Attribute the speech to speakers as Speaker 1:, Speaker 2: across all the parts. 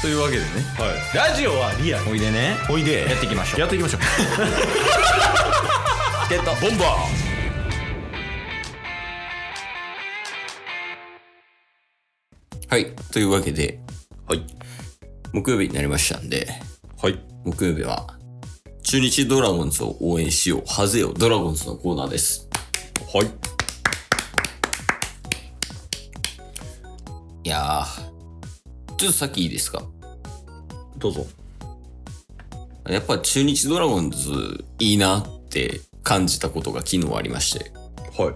Speaker 1: というわけでね
Speaker 2: はい、ラジオはリアル
Speaker 1: おいでね
Speaker 2: おいで
Speaker 1: やっていきましょう
Speaker 2: やって いきましょう
Speaker 1: ゲット
Speaker 2: ボンバ
Speaker 3: はい。というわけで、
Speaker 2: ーはい
Speaker 3: 木曜日になりましたんで、
Speaker 2: はい
Speaker 3: 木曜日は、中日ドラゴンズを応援しよう、ハゼよドラゴンズのコーナーです。
Speaker 2: はい
Speaker 3: いやー、ちょっとさっきいいですか
Speaker 2: どうぞ
Speaker 3: やっぱ中日ドラゴンズいいなって感じたことが昨日ありまして、
Speaker 2: はい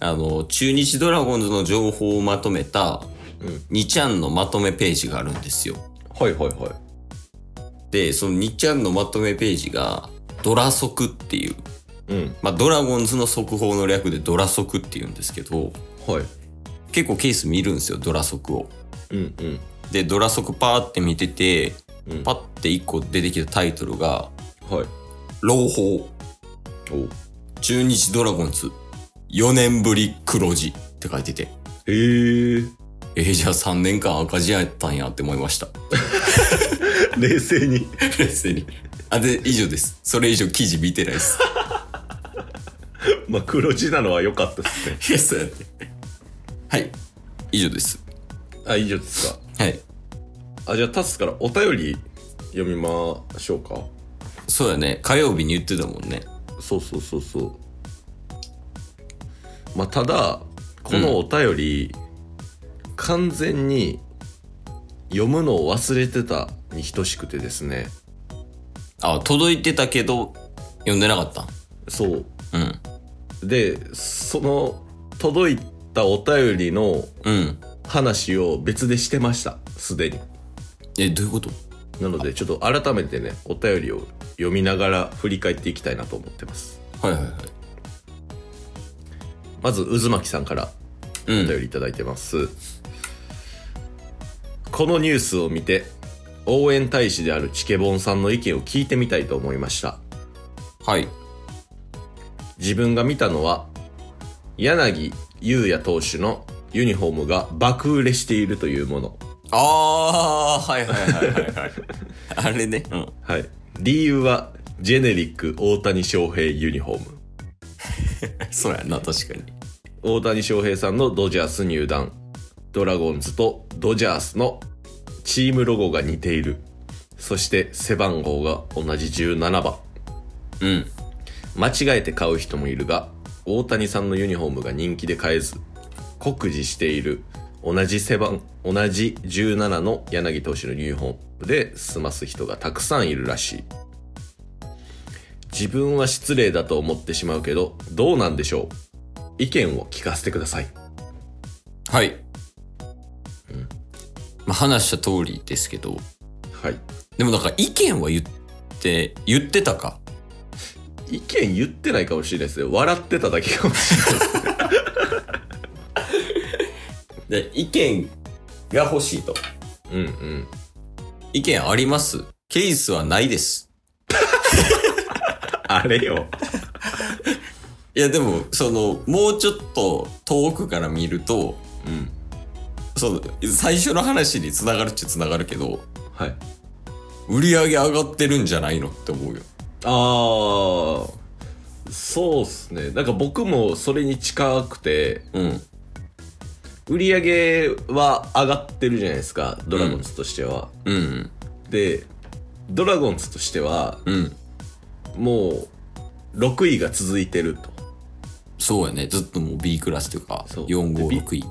Speaker 3: あの、中日ドラゴンズの情報をまとめた、
Speaker 2: うん
Speaker 3: 2ちゃんのまとめページがあるんですよ。
Speaker 2: はいはいはい
Speaker 3: で、その2ちゃんのまとめページが、ドラ速っていう、
Speaker 2: うん
Speaker 3: まあ、ドラゴンズの速報の略でドラ速っていうんですけど、
Speaker 2: はい
Speaker 3: 結構ケース見るんですよドラ速を。
Speaker 2: うんうん
Speaker 3: でドラ速パーって見てて、
Speaker 2: うん
Speaker 3: パッて1個出てきたタイトルが
Speaker 2: はい
Speaker 3: 「朗報
Speaker 2: お
Speaker 3: 中日ドラゴンズ4年ぶり黒字」って書いてて
Speaker 2: へえ
Speaker 3: えー、じゃあ3年間赤字やったんやって思いました
Speaker 2: 冷静に
Speaker 3: 冷静にあで以上ですそれ以上記事見てないです
Speaker 2: まあ黒字なのは良かったですね
Speaker 3: いや そうやってはい以上です
Speaker 2: あ以上ですか
Speaker 3: はい
Speaker 2: あじゃあタスからお便り読みましょうか
Speaker 3: そうやね火曜日に言ってたもんね
Speaker 2: そうそうそうそうまあただこのお便り、完全に読むのを忘れてたに等しくてですね
Speaker 3: あ届いてたけど読んでなかった
Speaker 2: そう
Speaker 3: うん
Speaker 2: でその届いたお便りの
Speaker 3: うん
Speaker 2: 話を別でしてましたすでに
Speaker 3: えどういうこと
Speaker 2: なのでちょっと改めてねお便りを読みながら振り返っていきたいなと思ってます
Speaker 3: はいはいはい
Speaker 2: まず渦巻さんから
Speaker 3: う
Speaker 2: お便りいただいてます、このニュースを見て応援大使であるチケボンさんの意見を聞いてみたいと思いました
Speaker 3: はい。
Speaker 2: 自分が見たのは柳優也投手のユニフォームが爆売れしているというもの
Speaker 3: ああー、はいはいはいはい はい。あれね。うん。
Speaker 2: はい理由はジェネリック大谷翔平ユニフォーム
Speaker 3: そうやな、確かに。
Speaker 2: 大谷翔平さんのドジャース入団ドラゴンズとドジャースのチームロゴが似ているそして背番号が同じ17番
Speaker 3: うん。
Speaker 2: 間違えて買う人もいるが大谷さんのユニフォームが人気で買えず酷似している同じ背番同じ17の柳投手のユニフォームで済ます人がたくさんいるらしい自分は失礼だと思ってしまうけどどうなんでしょう意見を聞かせてください
Speaker 3: はい。まあ、話した通りですけど、
Speaker 2: はい
Speaker 3: でもなんか意見は言って、言ってたか。
Speaker 2: 意見言ってないかもしれないですよ笑ってただけかもし
Speaker 3: で、意見が欲しいと。
Speaker 2: れないうんうん
Speaker 3: 意見ありますケースはないです。
Speaker 2: あれよ
Speaker 3: いや、でも、その、もうちょっと遠くから見ると、
Speaker 2: うん
Speaker 3: その、最初の話に繋がるっちゃ繋がるけど、
Speaker 2: はい
Speaker 3: 売り上げ上がってるんじゃないのって思うよ。
Speaker 2: ああそうっすねなんか僕もそれに近くて
Speaker 3: うん。
Speaker 2: 売り上げは上がってるじゃないですかドラゴンズとしては、
Speaker 3: うん。
Speaker 2: でドラゴンズとしては
Speaker 3: うん。
Speaker 2: もう6位が続いてる
Speaker 3: そうやね。ずっともう B クラスというか、
Speaker 2: そう
Speaker 3: 4、
Speaker 2: で B
Speaker 3: 5、6位。
Speaker 2: と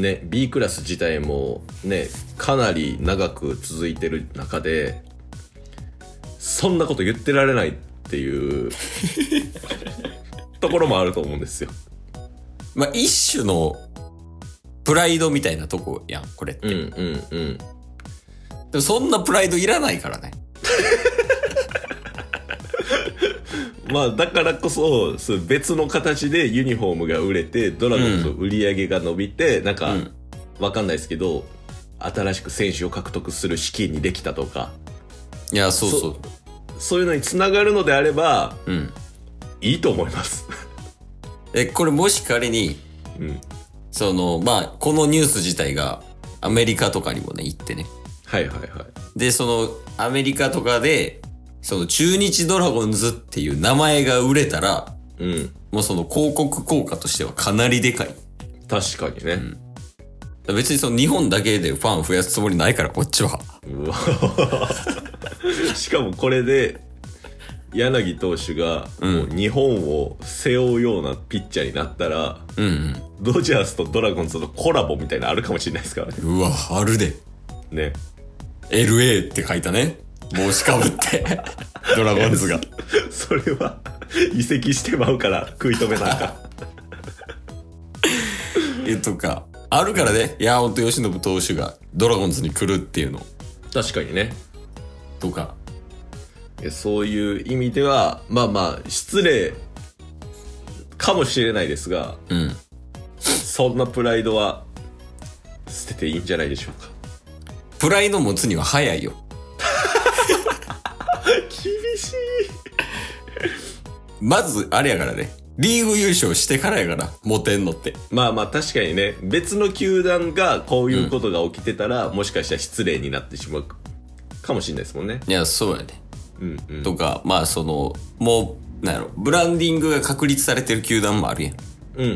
Speaker 2: ね B クラス自体もねかなり長く続いてる中でそんなこと言ってられないって いうところもあると思うんですよ
Speaker 3: まあ、一種のプライドみたいなとこやん、これって。
Speaker 2: うんうんうん
Speaker 3: でもそんなプライドいらないからね。
Speaker 2: まあだからこそそう別の形でユニフォームが売れてドラゴンズの売り上げが伸びて、なんか、
Speaker 3: うん
Speaker 2: わかんないですけど新しく選手を獲得する資金にできたとか
Speaker 3: いや、そうそう。
Speaker 2: そそういうのにつながるのであれば
Speaker 3: うん。
Speaker 2: いいと思います。
Speaker 3: え、これもし仮に、
Speaker 2: うん、
Speaker 3: その、まあ、このニュース自体がアメリカとかにもね、行ってね。
Speaker 2: はいはいはい。
Speaker 3: で、そのアメリカとかで、その中日ドラゴンズっていう名前が売れたら、
Speaker 2: うん。
Speaker 3: もうその広告効果としてはかなりでかい。だか
Speaker 2: 確かにね。
Speaker 3: ら別にその日本だけでファン増やすつもりないから、こっちは。
Speaker 2: うわ しかもこれで柳投手がもう日本を背負うようなピッチャーになったら、
Speaker 3: うん
Speaker 2: ドジャースとドラゴンズのコラボみたいなのあるかもしれないですからね。
Speaker 3: うん。うわ、ある で。
Speaker 2: ね
Speaker 3: LA って書いたね。帽子かぶって。 ドラゴンズが。
Speaker 2: それは移籍してまうから食い止めなんか。
Speaker 3: え、とか。あるからね。いや、ほんと吉信投手がドラゴンズに来るっていうの。
Speaker 2: 確かにね。
Speaker 3: とか。
Speaker 2: えそういう意味では、まあまあ、失礼かもしれないですが、
Speaker 3: うん。
Speaker 2: そんなプライドは捨てていいんじゃないでしょうか。
Speaker 3: プライド持つには早いよ。
Speaker 2: 厳しい
Speaker 3: まず、あれやからね。リーグ優勝してからやから、モテんのって。
Speaker 2: まあまあ確かにね別の球団がこういうことが起きてたら、もしかしたら失礼になってしまうかもしれないですもんね
Speaker 3: いや、そうやね。
Speaker 2: うんうん
Speaker 3: とか、まあ、その、もう、なんやろ、ブランディングが確立されてる球団もあるやん。
Speaker 2: うん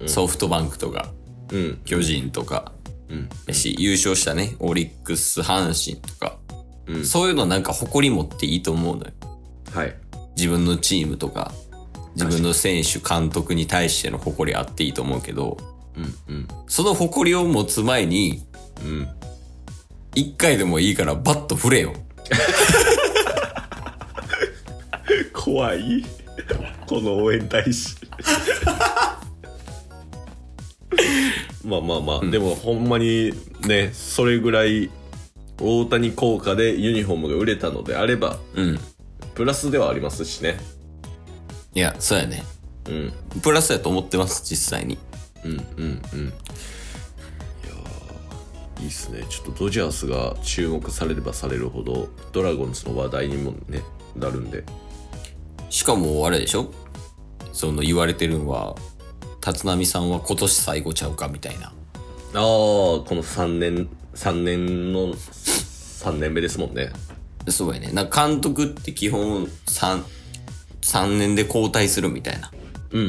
Speaker 2: うん
Speaker 3: ソフトバンクとか、
Speaker 2: うんうん
Speaker 3: 巨人とか、
Speaker 2: うん
Speaker 3: やし、優勝したね、オリックス、阪神とか、
Speaker 2: うん
Speaker 3: そういうのなんか誇り持っていいと思うのよ。
Speaker 2: はい
Speaker 3: 自分のチームとか、自分の選手、監督に対しての誇りあっていいと思うけど、
Speaker 2: うんうん
Speaker 3: その誇りを持つ前に、
Speaker 2: うん
Speaker 3: 一回でもいいからバッと振れよ。
Speaker 2: 怖いこの応援大使まあまあまあ、でもほんまにねそれぐらい大谷効果でユニフォームが売れたのであれば
Speaker 3: うん。
Speaker 2: プラスではありますしね
Speaker 3: いや、そうやね。
Speaker 2: うん
Speaker 3: プラスやと思ってます、実際に。
Speaker 2: うんうんうんいやーいいっすねちょっとドジャースが注目されればされるほどドラゴンズの話題にもねなるんで
Speaker 3: しかも、あれでしょその言われてるんは、立浪さんは今年最後ちゃうかみたいな。
Speaker 2: ああこの3年3年の3年目ですもんね
Speaker 3: そうやね。なんか監督って基本3、3年で交代するみたいな。
Speaker 2: うんうんう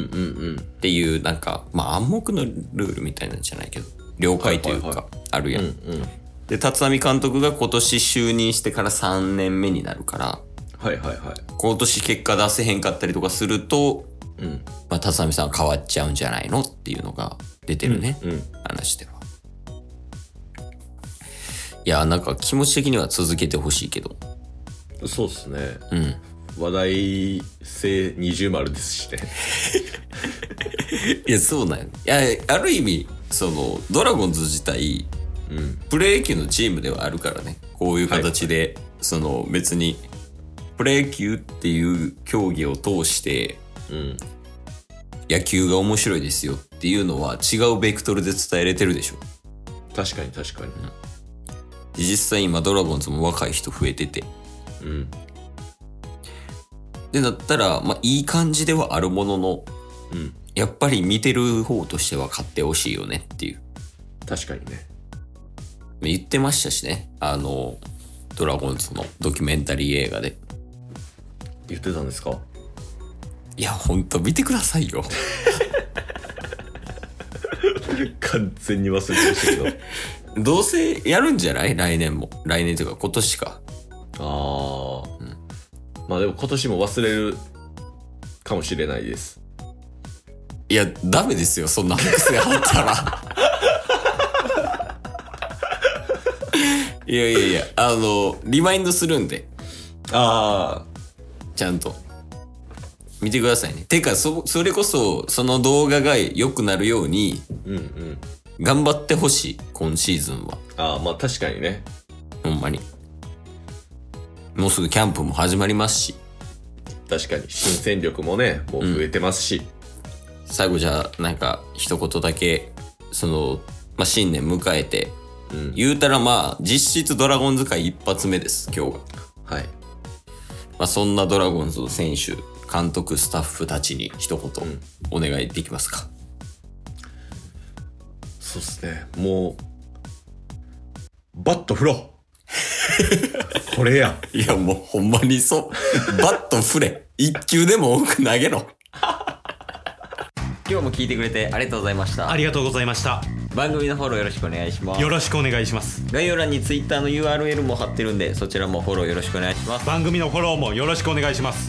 Speaker 2: ん
Speaker 3: っていう、なんか、まあ暗黙のルールみたいなんじゃないけど、了解という
Speaker 2: はいはい
Speaker 3: か、あるやん。
Speaker 2: うんうん
Speaker 3: で、立浪監督が今年就任してから3年目になるから、
Speaker 2: はいはいはい
Speaker 3: 今年結果出せへんかったりとかすると、
Speaker 2: うん
Speaker 3: まあ、辰巳さん変わっちゃうんじゃないのっていうのが出てるね、
Speaker 2: うん
Speaker 3: 話では。いや、なんか気持ち的には続けてほしいけど。
Speaker 2: そうっすね
Speaker 3: うん。
Speaker 2: 話題性二重丸ですしね
Speaker 3: いや、そうなんよ。いや、ある意味、その、ドラゴンズ自体、
Speaker 2: うん
Speaker 3: プロ野球のチームではあるからね。こういう形で、その、別に、プロ野球っていう競技を通して、
Speaker 2: うん
Speaker 3: 野球が面白いですよっていうのは違うベクトルで伝えれてるでしょ。
Speaker 2: 確かに確かに
Speaker 3: 実際今ドラゴンズも若い人増えてて。
Speaker 2: うん
Speaker 3: で、だったら、まあ、いい感じではあるものの、
Speaker 2: うん
Speaker 3: やっぱり見てる方としては買ってほしいよねっていう。
Speaker 2: 確かにね
Speaker 3: 言ってましたしね。あの、ドラゴンズのドキュメンタリー映画で。
Speaker 2: 言ってたんですか
Speaker 3: いや、ほんと見てくださいよ。
Speaker 2: 完全に忘れてました け ど
Speaker 3: どうせやるんじゃない来年も。来年というか今年か。
Speaker 2: ああ、
Speaker 3: うん
Speaker 2: まあでも今年も忘れるかもしれないです
Speaker 3: いや、ダメですよ。そんな癖あった ら。いやいやいや、あの、リマインドするんで。
Speaker 2: あ
Speaker 3: ちゃんと。見てくださいね。てか、そ、それこそ、その動画が良くなるように、
Speaker 2: あうんうん
Speaker 3: 頑張ってほしい。今シーズンは。
Speaker 2: ああまあ確かにね
Speaker 3: ほんまに。もうすぐキャンプも始まりますし。
Speaker 2: 確かに新戦力もねもう増えてますし、
Speaker 3: 最後じゃあ、なんか、一言だけ、その、まあ、新年迎えて、
Speaker 2: うん
Speaker 3: 言うたらまあ、実質ドラゴンズ界一発目です、今日が。
Speaker 2: はい
Speaker 3: まあ、そんなドラゴンズの選手、監督、スタッフたちに一言、お願いできますか。
Speaker 2: そうっすねもうバット振ろうこれや。
Speaker 4: いや、もうほんまに そう。バット振れ。一球でも多く投げろ。
Speaker 3: 今日も聞いてくれてありがとうございました
Speaker 5: ありがとうございました
Speaker 3: 番組のフォローよろしくお願いします
Speaker 5: よろしくお願いします
Speaker 3: 概要欄に Twitter の URL も貼ってるんでそちらもフォローよろしくお願いします
Speaker 5: 番組のフォローもよろしくお願いします